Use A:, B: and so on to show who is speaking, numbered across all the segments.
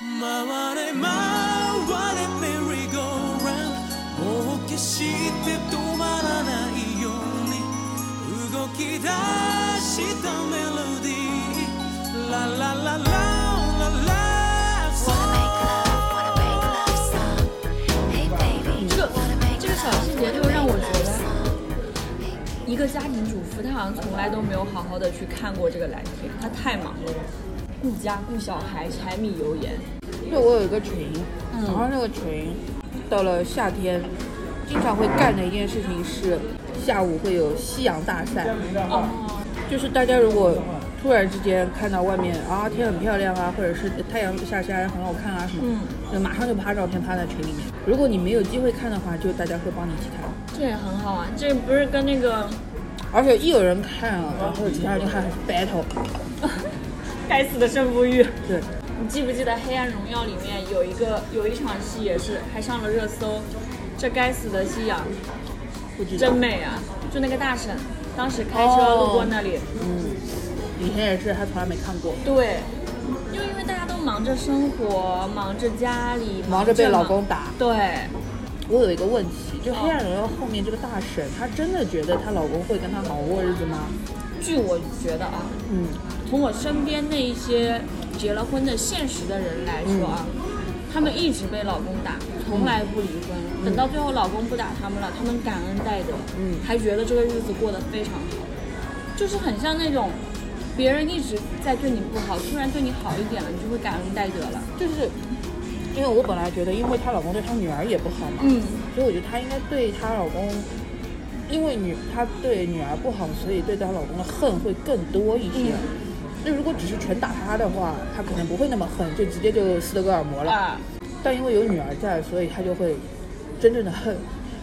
A: 回れ回れメリーゴーランドもう決して止まらないように動き出したメロディーラララララララ
B: Wanna make love, wanna make love song. Hey baby,
C: 这个
B: wanna make
C: 这个小细
B: love,
C: 节
B: wanna
C: 就让
B: make
C: 我
B: love
C: 觉得
B: song.
C: 一个家庭主妇，她好像从来都没有好好的去看过这个蓝天，她太忙了，顾家顾小孩，柴米油盐。
D: 就我有一个群，然后那个群到了夏天，经常会干的一件事情是下午会有夕阳大赛，哦就是大家如果突然之间看到外面啊天很漂亮啊，或者是太阳下山很好看啊什么，就马上就拍照片发在群里面。如果你没有机会看的话，就大家会帮你一起看。
C: 这也很好啊，这不是跟那个
D: 而且一有人看啊，然后其他人就开始 battle，
C: 该死的胜负欲。
D: 对，
C: 你记不记得《黑暗荣耀》里面有一个有一场戏也是还上了热搜，这该死的夕阳
D: 不知道
C: 真。美啊！就那个大婶，当时开车
D: 哦
C: 路过那里，
D: 嗯，以前也是，他从来没看过。
C: 对，就因为大家都忙着生活，忙着家里，
D: 忙着被
C: 忙
D: 老公打
C: 对，
D: 我有一个问题，就《黑暗荣耀》后面这个大婶，她真的觉得她老公会跟她好好过日子吗？
C: 据我觉得啊，
D: 嗯，
C: 从我身边那一些结了婚的现实的人来说啊，
D: 嗯
C: 他们一直被老公打，从来不离婚，等到最后老公不打他们了，他们感恩戴德，
D: 嗯
C: 还觉得这个日子过得非常好，就是很像那种别人一直在对你不好，突然对你好一点了，你就会感恩戴德了。
D: 就是因为我本来觉得，因为她老公对她女儿也不好嘛，
C: 嗯，
D: 所以我觉得她应该对她老公，因为女她对女儿不好，所以对她老公的恨会更多一些。那如果只是全打她的话，她可能不会那么恨，就直接就斯德哥尔摩了。
C: 啊，
D: 但因为有女儿在，所以她就会真正的恨。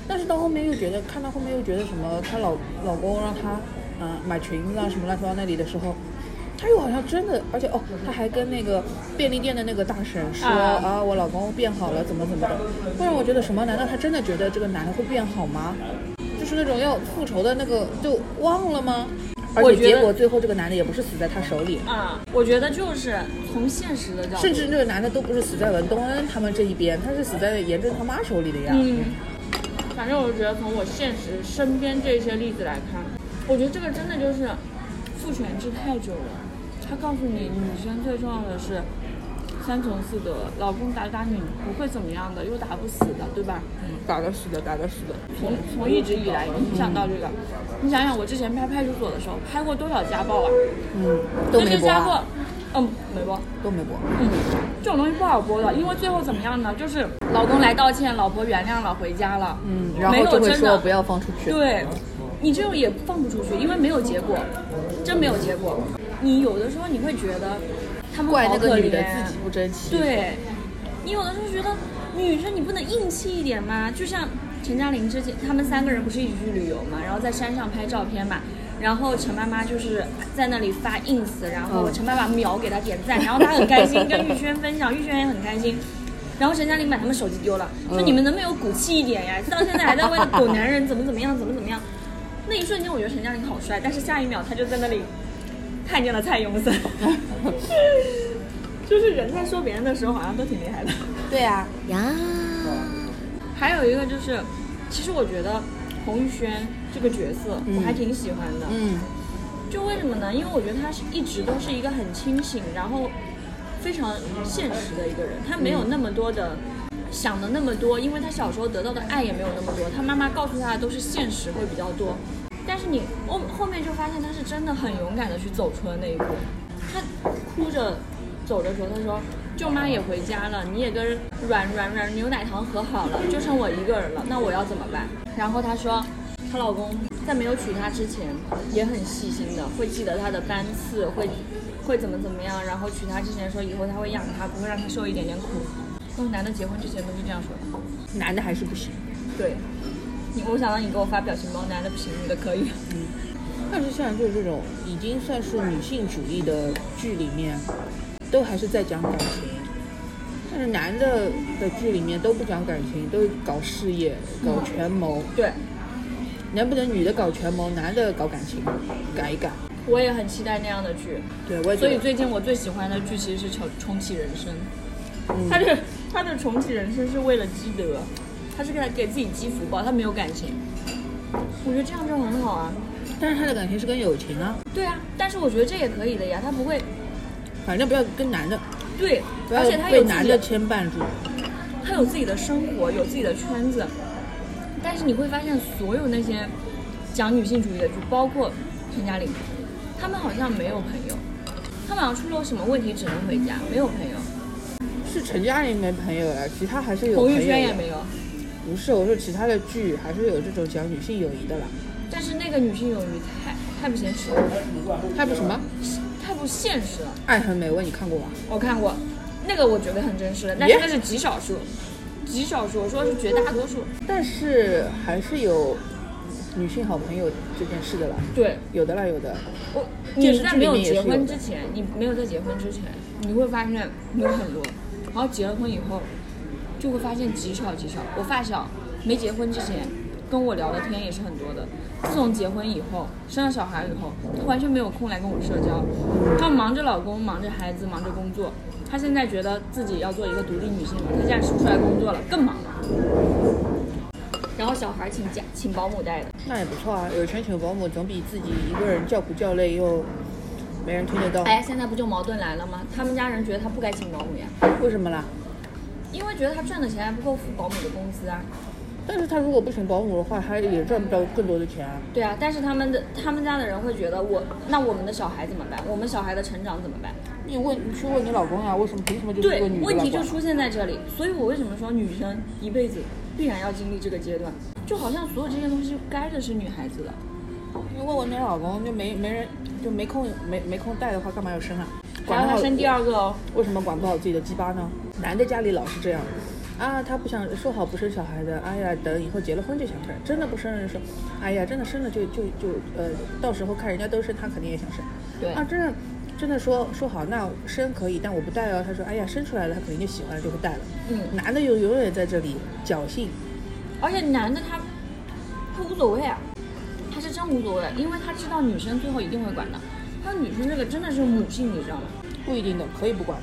D: 但是到后面又觉得，看到后面又觉得什么，她老老公让她嗯、买裙子啊什么乱七八糟那里的时候，她又好像真的，而且哦，她还跟那个便利店的那个大婶说
C: 啊
D: 啊，我老公变好了，怎么怎么的，会让我觉得什么？难道她真的觉得这个男的会变好吗？就是那种要复仇的那个就忘了吗？而
C: 我
D: 且
C: 觉得
D: 结果最后这个男的也不是死在她手里，
C: 啊，我觉得就是从现实的角度，
D: 甚至这个男的都不是死在文东恩他们这一边，他是死在严正他妈手里的呀。
C: 嗯，反正我觉得从我现实身边这些例子来看，我觉得这个真的就是父权制太久了。他告诉你，女生最重要的是三从四德，老公打打你不会怎么样的，又打不死的，对吧？
D: 打的死的，打的死的。
C: 从从一直以来影响到这个，你想想我之前拍派出所的时候，拍过多少家暴啊？
D: 嗯，都
C: 那
D: 没
C: 些
D: 播、
C: 家
D: 啊
C: 暴，，嗯，没播。
D: 都没播。
C: 嗯，这种东西不好播的，因为最后怎么样呢？就是老公来道歉，老婆原谅了，回家了。
D: 嗯，然
C: 没
D: 后
C: 有
D: 就会
C: 真的
D: 说不要放出去。，
C: 对，你这种也放不出去，因为没有结果，真没有结果。你有的时候你会觉得他们
D: 怪
C: 好
D: 那
C: 可
D: 个
C: 怜，
D: 女的自己不争气。，
C: 对，你有的时候觉得女生你不能硬气一点吗？就像陈嘉玲之前，他们三个人不是一起去旅游嘛，然后在山上拍照片嘛。然后陈妈妈就是在那里发 ins，然后
D: 嗯
C: 陈爸爸秒给她点赞，然后她很开心，跟玉轩分享，玉轩也很开心。然后陈嘉玲把他们手机丢了，说
D: 嗯
C: 你们能不能有骨气一点呀？到现在还在为了狗男人怎么怎么样，怎么怎么样。那一瞬间我觉得陈嘉玲好帅，但是下一秒他就在那里看见了蔡永森。就是人在说别人的时候，好像都挺厉害的。
D: 对啊，
B: 呀，
C: 还有一个就是，其实我觉得洪玉轩这个角色
D: 嗯
C: 我还挺喜欢的，
D: 嗯，
C: 就为什么呢？因为我觉得他是一直都是一个很清醒，然后非常现实的一个人，他没有那么多的。想的那么多，因为他小时候得到的爱也没有那么多，他妈妈告诉他的都是现实会比较多。但是你后后面就发现他是真的很勇敢的去走出了那一步。他哭着走的时候，他说：“舅妈也回家了，你也跟软软软牛奶糖和好了，就剩我一个人了，那我要怎么办？”然后她说，她老公在没有娶她之前也很细心的，会记得她的班次，会会怎么怎么样，然后娶她之前说以后他会养她，不会让她受一点点苦。哦，男的结婚之前都是这样说的。
D: 男的还是不行。
C: 对，你我想让你给我发表情包，男的不行，女的可以。
D: 但是像就是这种已经算是女性主义的剧里面，都还是在讲感情。但是男的的剧里面都不讲感情，都搞事业、搞权谋。
C: 对，
D: 能不能女的搞权谋，男的搞感情，改一改？
C: 我也很期待那样的剧。
D: 对，我也觉
C: 所以
D: 得。
C: 最近我最喜欢的剧其实是《重重启人生》，
D: 嗯
C: 他这他的重启人生是为了积德，他是给给自己积福报，他没有感情。我觉得这样就很好啊。
D: 但是他的感情是跟友情啊，
C: 对啊，但是我觉得这也可以的呀，他不会
D: 反正不要跟男的，
C: 对，
D: 不要
C: 而且他
D: 被
C: 有自
D: 男
C: 己
D: 的
C: 的
D: 牵绊住。
C: 他有自己的生活，有自己的圈子。但是你会发现，所有那些讲女性主义的，就包括陈嘉玲，他们好像没有朋友，他们好像出了什么问题只能回家，没有朋友。
D: 是陈嘉玲没朋友了，其他还是有
C: 彭
D: 朋友
C: 于
D: 的。
C: 晏也没有，
D: 不是，我说其他的剧还是有这种讲女性友谊的啦。
C: 但是那个女性友谊太太不现实了，
D: 还有什么
C: 太不现实了。
D: 《爱很美味》，你看过吗？
C: 我看过，那个我觉得很真实的，但
D: 耶
C: 是那是极少数，极少数，我说的是绝大多数。
D: 但是还是有女性好朋友这件事的啦，
C: 对
D: 有的啦，有的。
C: 我，
D: 电
C: 你
D: 视
C: 在
D: 剧
C: 没
D: 里
C: 有
D: 面也
C: 结
D: 是有
C: 婚
D: 的
C: 之前，你没有在结婚之前，你会发现有很多，然后结了婚以后，就会发现极少极少。我发小没结婚之前跟我聊的天也是很多的，自从结婚以后，生了小孩以后，她完全没有空来跟我社交，她忙着老公，忙着孩子，忙着工作。她现在觉得自己要做一个独立女性了，她现在出来工作了，更忙了。然后小孩请家请保姆带的，
D: 那也不错啊，有全球保姆总比自己一个人叫苦叫累又没人听得到。
C: 哎，现在不就矛盾来了吗？他们家人觉得她不该请保姆呀，
D: 为什么啦？
C: 因为觉得她赚的钱还不够付保姆的工资啊。
D: 但是他如果不请保姆的话，他也赚不着更多的钱啊。
C: 对啊，但是他们的他们家的人会觉得我那我们的小孩怎么办？我们小孩的成长怎么办？
D: 你问你去问你老公呀、为什么凭什么就是
C: 对
D: 个女，的
C: 问
D: 老
C: 题就
D: 公？
C: 出现在这里。所以我为什么说女生一辈子必然要经历这个阶段？就好像所有这些东西该的是女孩子的。
D: 你问问你老公就没没人就没空没没空带的话，干嘛要生啊？
C: 还
D: 管
C: 要
D: 不
C: 她
D: 好
C: 生第二个哦，
D: 为什么管不好自己的鸡巴呢？男的家里老是这样，啊，他不想说好不生小孩的，哎呀，等以后结了婚就想生，真的不生人说，哎呀，真的生了就就就呃，到时候看人家都生，他肯定也想生。
C: 对
D: 啊，真的真的说说好那生可以，但我不带哦。他说，哎呀，生出来了，他肯定就喜欢了，就会带了。
C: 嗯
D: 男的又永远在这里侥幸，
C: 而且男的他他无所谓啊，他是真无所谓，因为他知道女生最后一定会管的。他女生这个真的是母性，你知道吗？
D: 不一定的，可以不管。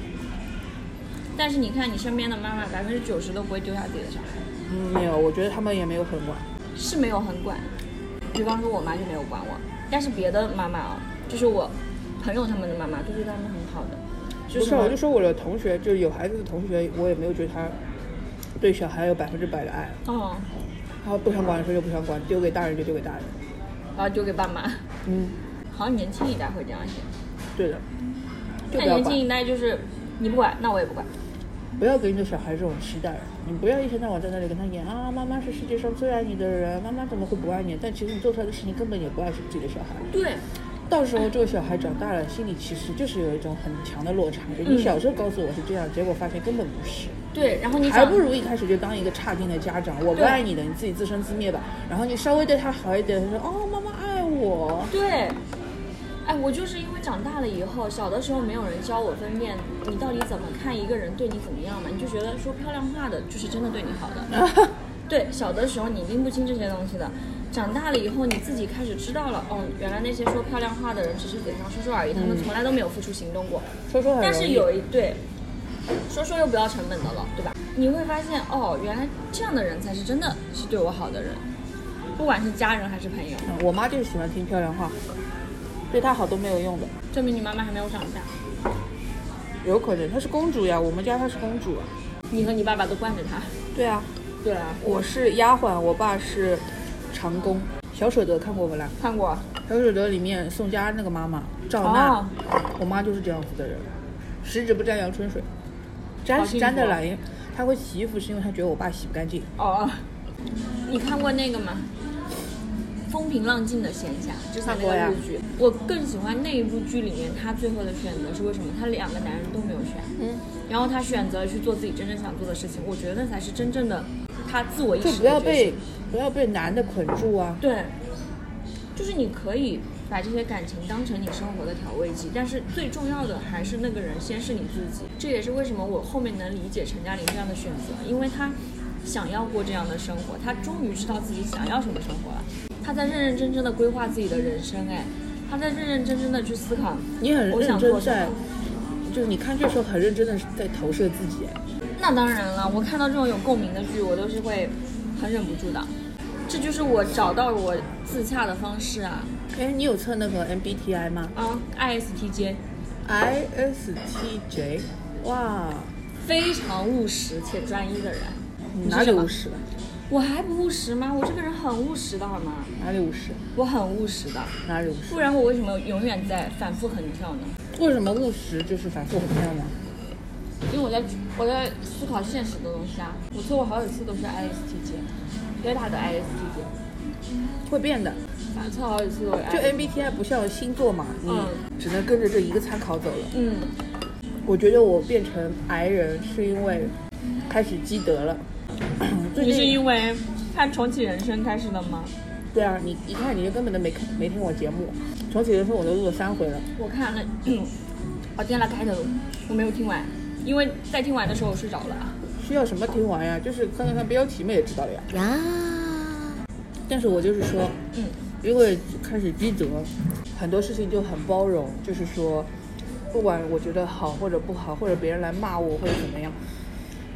C: 但是你看你身边的妈妈，百分之九十都不会丢下自己的小孩。
D: 嗯，没有，我觉得他们也没有很管。
C: 是没有很管，比方说我妈就没有管我，但是别的妈妈啊，就是我朋友他们的妈妈，都对他们很好的，就
D: 不是，
C: 什
D: 啊
C: 么
D: 我就说我的同学，就是有孩子的同学，我也没有觉得他对小孩有百分之百的爱。
C: 哦，
D: 他不想管的时候就不想管，丢给大人就丢给大人。
C: 然后丢给爸妈，
D: 嗯，
C: 好像年轻一代会这样想，
D: 对的，就
C: 但
D: 不要
C: 年轻
D: 管，
C: 一代就是你不管，那我也不管，
D: 不要给你的小孩这种期待，你不要一天到晚在那里跟他演啊，妈妈是世界上最爱你的人，妈妈怎么会不爱你？但其实你做出来的事情根本也不爱自己的小孩。
C: 对，
D: 到时候这个小孩长大了，心里其实就是有一种很强的落差。你小时候告诉我是这样，结果发现根本不是，
C: 对，然后你
D: 还
C: 长
D: 不如一开始就当一个差劲的家长，我不
C: 对
D: 爱你的，你自己自生自灭吧。然后你稍微对他好一点，他说哦，妈妈爱我，
C: 对。哎，我就是因为长大了以后，小的时候没有人教我分辨你到底怎么看一个人对你怎么样嘛，你就觉得说漂亮话的就是真的对你好的， 对，小的时候你拎不清这些东西的，长大了以后你自己开始知道了，哦，原来那些说漂亮话的人只是嘴上说说而已，他们从来都没有付出行动过。
D: 说说很嗯容易。
C: 但是有一对，说说又不要成本的了，对吧？你会发现，哦，原来这样的人才是真的是对我好的人，不管是家人还是朋友，
D: 嗯我妈就是喜欢听漂亮话，对她好都没有用的。
C: 证明你妈妈还没有长大，
D: 有可能她是公主呀，我们家她是公主啊。
C: 你和你爸爸都惯着她。
D: 对啊，
C: 对啊，
D: 我是丫鬟，我爸是长工。小舍得看过不啦？
C: 看过啊。
D: 小舍得里面宋佳那个妈妈赵
C: 哦
D: 娜，我妈就是这样子的人，十指不沾阳春水，
C: 好
D: 沾
C: 幸
D: 是
C: 福
D: 沾的了。因为她会洗衣服是因为她觉得我爸洗不干净。
C: 哦，你看过那个吗？风平浪静的闲暇，之前
D: 看过
C: 那
D: 呀
C: 个日剧，我更喜欢那一部剧里面他最后的选择是为什么？他两个男人都没有选，
D: 嗯，
C: 然后他选择去做自己真正想做的事情，我觉得那才是真正的他自我意
D: 就
C: 识
D: 不要
C: 的觉
D: 被
C: 醒。
D: 不要被男的捆住啊。
C: 对，就是你可以把这些感情当成你生活的调味剂，但是最重要的还是那个人先是你自己。这也是为什么我后面能理解陈嘉玲这样的选择，因为她想要过这样的生活，她终于知道自己想要什么生活了，她在认认真真的规划自己的人生，哎，她在认认真真的去思考。
D: 你很
C: 我
D: 认
C: 想
D: 真
C: 做什
D: 在
C: 么，
D: 就是你看这时候很认真的在投射自己，
C: 那当然了，我看到这种有共鸣的剧，我都是会很忍不住的。这就是我找到我自洽的方式啊
D: 哎，你有测那个 MBTI 吗
C: 啊！ISTJ
D: ？ISTJ，哇，
C: 非常务实且专一的人，
D: 你
C: 你
D: 嗯哪
C: 是
D: 里
C: 什
D: 务
C: 么？
D: 实了？
C: 我还不务实吗？我这个人很务实的好吗？
D: 哪里务实？
C: 我很务实的，
D: 哪里务实？
C: 不然我为什么永远在反复横跳呢？
D: 为什么务实就是反复横跳呢？
C: 因为我在我在思考现实的东西啊。我测过好几次都是 ISTJ，北大的 ISTJ，
D: 会变的，
C: 反正测好几次都是 ISTJ。
D: 就哎 MBTI 不像星座嘛，你
C: 哎嗯
D: 只能跟着这一个参考走了。
C: 嗯，
D: 我觉得我变成癌人是因为开始积德了。 最
C: 你
D: 近
C: 是因为看重启人生开始的吗？
D: 对啊，你一看你就根本都没看没听我节目，重启人生我都录了三回了。
C: 我看了， 哦我听了开头，我没有听完，因为在听完的时候我睡着了。啊
D: 需要什么听完呀？就是看看看标题嘛，也知道了呀。但是我就是说，
C: 嗯，
D: 因为开始积德，很多事情就很包容，就是说，不管我觉得好或者不好，或者别人来骂我或者怎么样，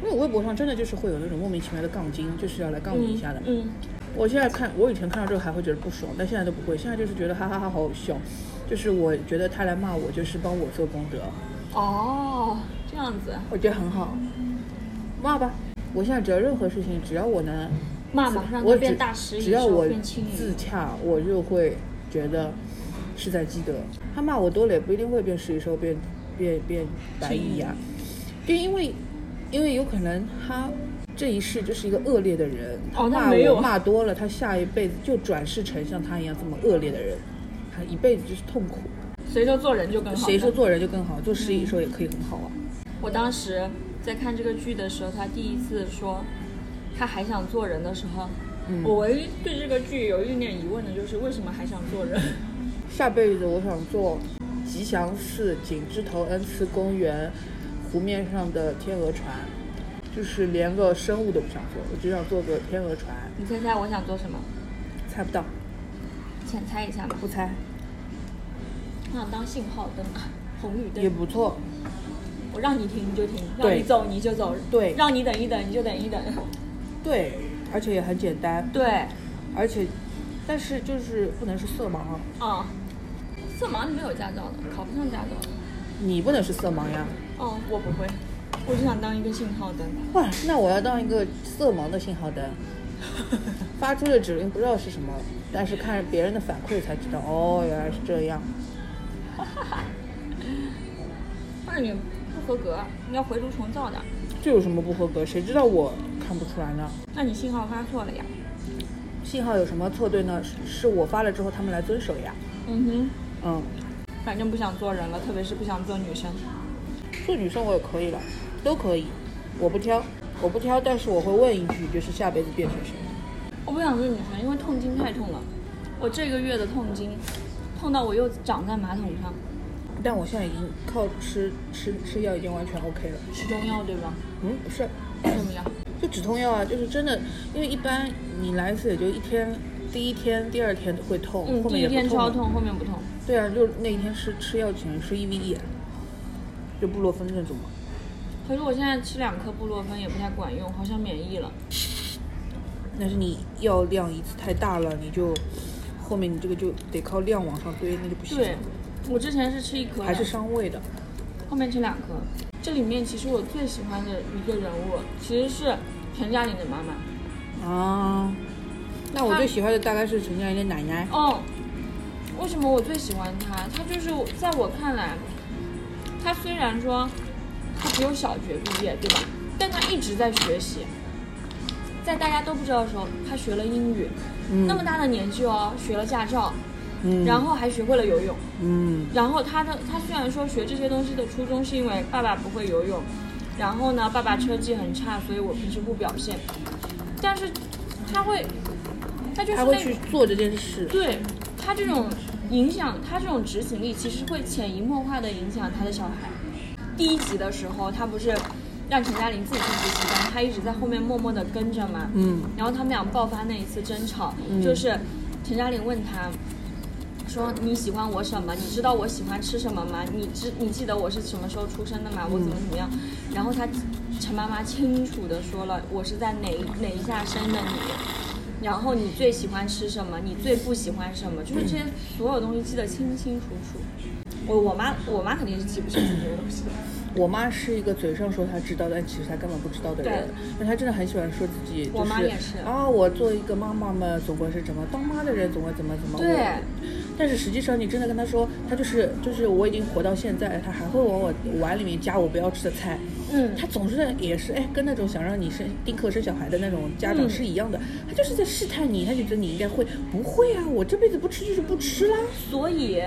D: 因为我微博上真的就是会有那种莫名其妙的杠精，就是要来杠你一下的。
C: 嗯，
D: 我现在看，我以前看到这个还会觉得不爽，但现在都不会，现在就是觉得哈哈哈好好笑，就是我觉得他来骂我就是帮我做功德，
C: 哦，这样子，
D: 我觉得很好，骂吧。我现在只要任何事情，只要我能
C: 骂马上
D: 我
C: 就
D: 只
C: 变大师，
D: 只要我
C: 变轻盈。
D: 自洽，我就会觉得是在积德。他骂我多了也不一定会变食蚁兽，变变变白蚁呀、就因为因为有可能他这一世就是一个恶劣的人，
C: 哦那
D: 骂
C: 没有
D: 我骂多了，他下一辈子就转世成像他一样这么恶劣的人，他一辈子就是痛苦。
C: 谁说做人就更好？
D: 谁说？做人就更好，做食蚁兽也可以很好啊？
C: 我当时在看这个剧的时候，他第一次说他还想做人的时候，
D: 嗯
C: 我唯一对这个剧有一点疑问的就是为什么还想做 人？
D: 下辈子我想做吉祥寺景芝头恩赐公园湖面上的天鹅船，就是连个生物都不想做，我只想做个天鹅船。
C: 你猜猜我想做什么？
D: 猜不到，
C: 浅猜一下吧。
D: 不猜
C: 我想当信号灯，红绿
D: 也
C: 灯。
D: 不错。
C: 我让你停你就停，
D: 对
C: 让你走你就走，
D: 对
C: 让你等一等你就等一等。
D: 对，而且也很简单，
C: 对，
D: 而且，但是就是不能是色盲啊，
C: 啊、色盲你没有驾照的，考不上驾照的。
D: 你不能是色盲呀。
C: 哦，我不会，我就想当一个信号灯。
D: 哇，那我要当一个 色盲的信号灯， 发出的指令不知道是什么，但是看别人的反馈才知道，哦，原来是这样。
C: 但是你不合格，你要回炉重造的。
D: 这有什么不合格？谁知道我看不出来呢？
C: 那你信号发错了呀？
D: 信号有什么错对呢？是是我发了之后他们来遵守呀。
C: 嗯
D: 嗯，
C: 哼，反正不想做人了，特别是不想做女生。
D: 做女生我也可以了，都可以，我不挑，我不挑，但是我会问一句，就是下辈子变成谁？
C: 我不想做女生，因为痛经太痛了。我这个月的痛经，痛到我又长在马桶上，
D: 但我现在已经靠吃吃吃药已经完全 OK 了。
C: 吃中药对吧？
D: 嗯，不是，
C: 怎么样？
D: 就止痛药啊，就是真的，因为一般你来一次也就一天，第一天、第二天会痛，
C: 嗯，
D: 后
C: 第
D: 面
C: 一
D: 也
C: 天
D: 不
C: 超
D: 了。
C: 痛，后面不痛。
D: 对啊，就是那一天吃吃药前是 EVE，就布洛芬那种嘛。
C: 可是我现在吃两颗布洛芬也不太管用，好像免疫了。
D: 但是你药量一次太大了，你就后面你这个就得靠量往上堆，那就不行
C: 对
D: 了，，
C: 我之前是吃一颗的，
D: 还是伤胃的。
C: 后面吃两颗。这里面其实我最喜欢的一个人物其实是陈嘉玲的妈妈。
D: 啊，那我最喜欢的大概是陈佳莹的奶奶，
C: 哦，为什么我最喜欢她？她就是在我看来，她虽然说她只有小学毕业，对吧？但她一直在学习，在大家都不知道的时候，她学了英语，
D: 嗯
C: 那么大的年纪哦，学了驾照，
D: 嗯
C: 然后还学会了游泳。
D: 嗯，
C: 然后他的他虽然说学这些东西的初衷是因为爸爸不会游泳，然后呢，爸爸车技很差，所以我平时不表现，但是他会，他就是
D: 她
C: 那
D: 会去做这件事。
C: 对他这种影响，他这种执行力其实会潜移默化的影响他的小孩。第一集的时候，他不是让陈嘉玲自己去补习班，他一直在后面默默的跟着嘛。
D: 嗯
C: 然后他们俩爆发那一次争吵，就是陈嘉玲问他说你喜欢我什么？你知道我喜欢吃什么吗？你知你记得我是什么时候出生的吗？我怎么怎么样？然后他陈妈妈清楚的说了，我是在哪一哪一下生的你，然后你最喜欢吃什么？你最不喜欢什么？就是这些所有东西记得清清楚楚。我我妈我妈肯定是记不清楚这些东西的。
D: 我妈是一个嘴上说她知道，但其实她根本不知道的人
C: 对。
D: 但她真的很喜欢说自己，就是
C: 我妈也是
D: 啊，我作为一个妈妈嘛，总归是怎么当妈的人，总会怎么怎么。
C: 对
D: 我但是实际上，你真的跟她说，她就是就是我已经活到现在，她还会往我碗里面加我不要吃的菜。
C: 嗯
D: 她总是也是哎，跟那种想让你生丁克生小孩的那种家
C: 嗯
D: 长是一样的，她就是在试探你，她觉得你应该会，不会啊，我这辈子不吃就是不吃啦。
C: 所以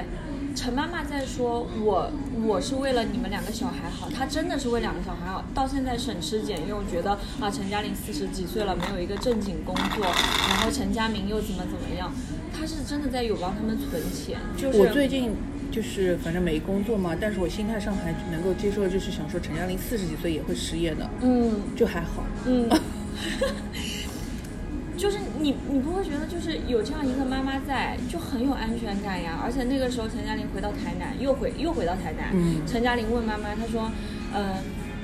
C: 陈妈妈在说我我是为了你们两个小孩好，她真的是为两个小孩好。到现在省吃俭用，觉得啊陈嘉玲四十几岁了，没有一个正经工作，然后陈佳明又怎么怎么样，她是真的在有帮他们存钱，就是
D: 我最近就是反正没工作嘛，但是我心态上还能够接受的，就是想说陈嘉玲四十几岁也会失业的，
C: 嗯
D: 就还好。
C: 嗯。 就是你，你不会觉得就是有这样一个妈妈在，就很有安全感呀。而且那个时候陈嘉玲回到台南，又回又回到台南，
D: 嗯
C: 陈嘉玲问妈妈，她说，呃，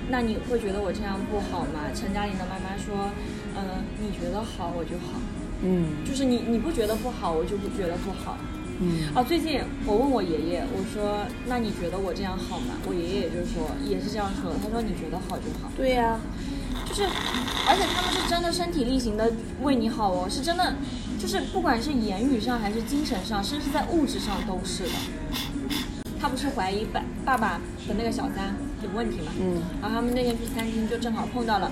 C: 那你会觉得我这样不好吗？陈嘉玲的妈妈说，呃，你觉得好我就好，
D: 嗯
C: 就是你你不觉得不好我就不觉得不好。
D: 嗯，
C: 哦，最近我问我爷爷，我说，那你觉得我这样好吗？我爷爷也就说，也是这样说的，他说你觉得好就好。
D: 对呀、
C: 就是，而且他们是真的身体力行的为你好哦，是真的，就是不管是言语上还是精神上，甚至在物质上都是的。他不是怀疑爸爸爸和那个小三有问题嘛？
D: 嗯
C: 然后他们那天去餐厅就正好碰到了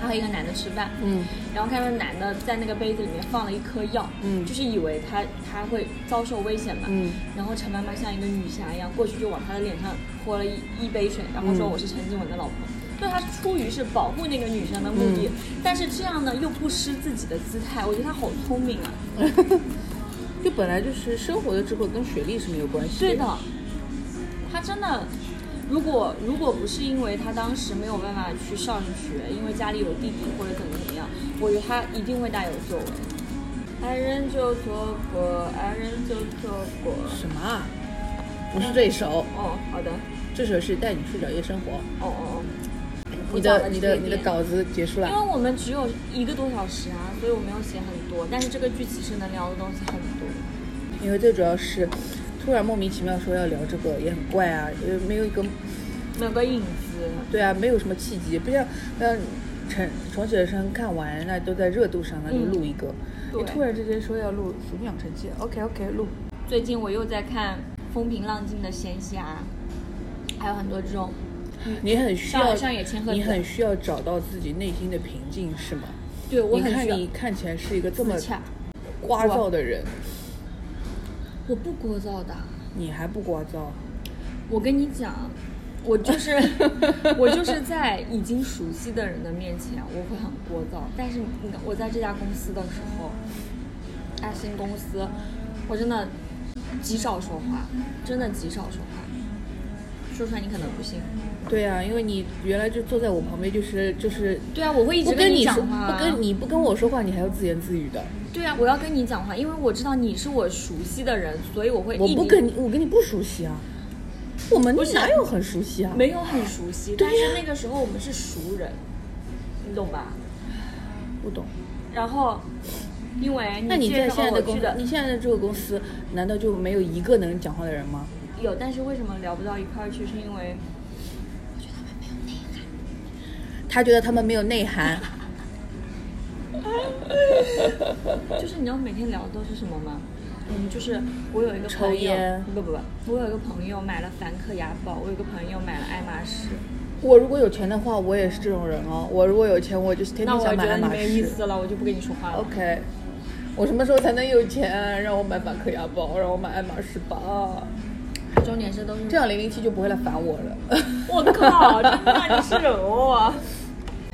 C: 他和一个男的吃饭，
D: 嗯
C: 然后看到男的在那个杯子里面放了一颗药，
D: 嗯
C: 就是以为他他会遭受危险嘛，
D: 嗯
C: 然后陈妈妈像一个女侠一样过去就往他的脸上泼了一一杯水，然后说
D: 嗯
C: 我是陈静文的老婆。就他出于是保护那个女生的目
D: 嗯
C: 的，但是这样呢又不失自己的姿态，我觉得他好聪明啊！
D: 就本来就是生活的智慧跟学历是没有关系。
C: 对，的，他真的，如果如果不是因为他当时没有办法去上学，因为家里有弟弟或者怎么怎么样，我觉得他一定会大有作为。爱人就错过，爱人就错过。
D: 什么啊？不是这首，
C: 哦，好的，
D: 这首是带你去找夜生活。
C: 哦哦哦。
D: 你
C: 我找
D: 的
C: 了
D: 你的
C: 这
D: 你的
C: 边
D: 稿子啊结束
C: 因为
D: 了，
C: 我们只有一个多小时啊，所以我没有写很多，但是这个剧其实能聊的东西很多。
D: 因为最主要是突然莫名其妙说要聊这个也很怪啊，因为没有一个
C: 某个影子，
D: 对啊，没有什么契机，不像像陈重启人生看完那都在热度上，那就
C: 嗯
D: 录一个。
C: 对
D: 你突然之间说要录《俗养成记》，OK OK，录。
C: 最近我又在看《风平浪静的闲暇》，还有很多这种，
D: 你很需要
C: 上上野千鹤子
D: 你很需要找到自己内心的平静，是吗？
C: 对我
D: 你
C: 很
D: 看
C: 需要
D: 你看起来是一个这么
C: 自洽。
D: 聒噪的人，
C: 我不聒噪的，
D: 你还不聒噪？
C: 我跟你讲，我就是 我就是在已经熟悉的人的面前，我会很聒噪。但是你看，我在这家公司的时候，爱新公司，我真的极少说话，真的极少说话。说出来你可能不信。
D: 对啊，因为你原来就坐在我旁边，就是就是。
C: 对啊，我会一
D: 不
C: 直
D: 跟
C: 你
D: 说，
C: 讲话啊。
D: 不跟你不跟我说话，你还要自言自语的。
C: 对啊，我要跟你讲话，因为我知道你是我熟悉的人，所以我会
D: 我
C: 一
D: 不
C: 直
D: 跟你，我跟你不熟悉啊。我们
C: 不是
D: 哪有很熟悉啊？
C: 没有很熟悉，
D: 对
C: 但
D: 呀
C: 是那个时候我们是熟人，你懂吧？
D: 不懂。
C: 然后，因为
D: 那你在
C: 介
D: 现
C: 绍
D: 在
C: 哦我
D: 的公
C: 去
D: 司，
C: 的
D: 你现在的这个公司，难道就没有一个能讲话的人吗？
C: 有，但是为什么聊不到一块儿去？是因为
D: 他觉得他们没有内涵，嗯
C: 就是你知道每天聊的都是什么吗？嗯，就是我有一个
D: 抽
C: 朋友
D: 烟
C: 不不不，我有一个朋友买了梵克雅宝，我有一个朋友买了爱马仕，
D: 我如果有钱的话，我也是这种人哦。我如果有钱，我就是天
C: 那
D: 天
C: 我
D: 想
C: 觉
D: 买
C: 得
D: 爱
C: 你
D: 马
C: 没意
D: 仕。
C: 思了，我就不跟你说话了。
D: OK，我什么时候才能有钱？让我买梵克雅宝，让我买爱马仕吧。
C: 重点是都是
D: 这样零零七就不会来烦我了。
C: 我靠，真的你是我。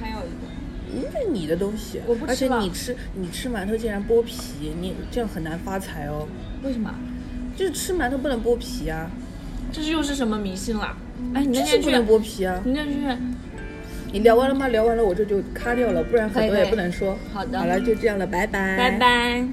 C: 还有一个，
D: 嗯那是你的东西，
C: 我不吃
D: 而且
C: 了
D: 你吃你吃馒头竟然剥皮，你这样很难发财哦。
C: 为什么？
D: 就是吃馒头不能剥皮啊，
C: 这是又是什么迷信了？哎，你那
D: 就是
C: 天
D: 不
C: 去，
D: 能剥皮啊。
C: 你那天去，
D: 你聊完了吗？聊完了我这就咔掉了，不然很多
C: 可以
D: 也不能说。
C: 好的
D: 好了，就这样了，拜拜。
C: 拜。拜。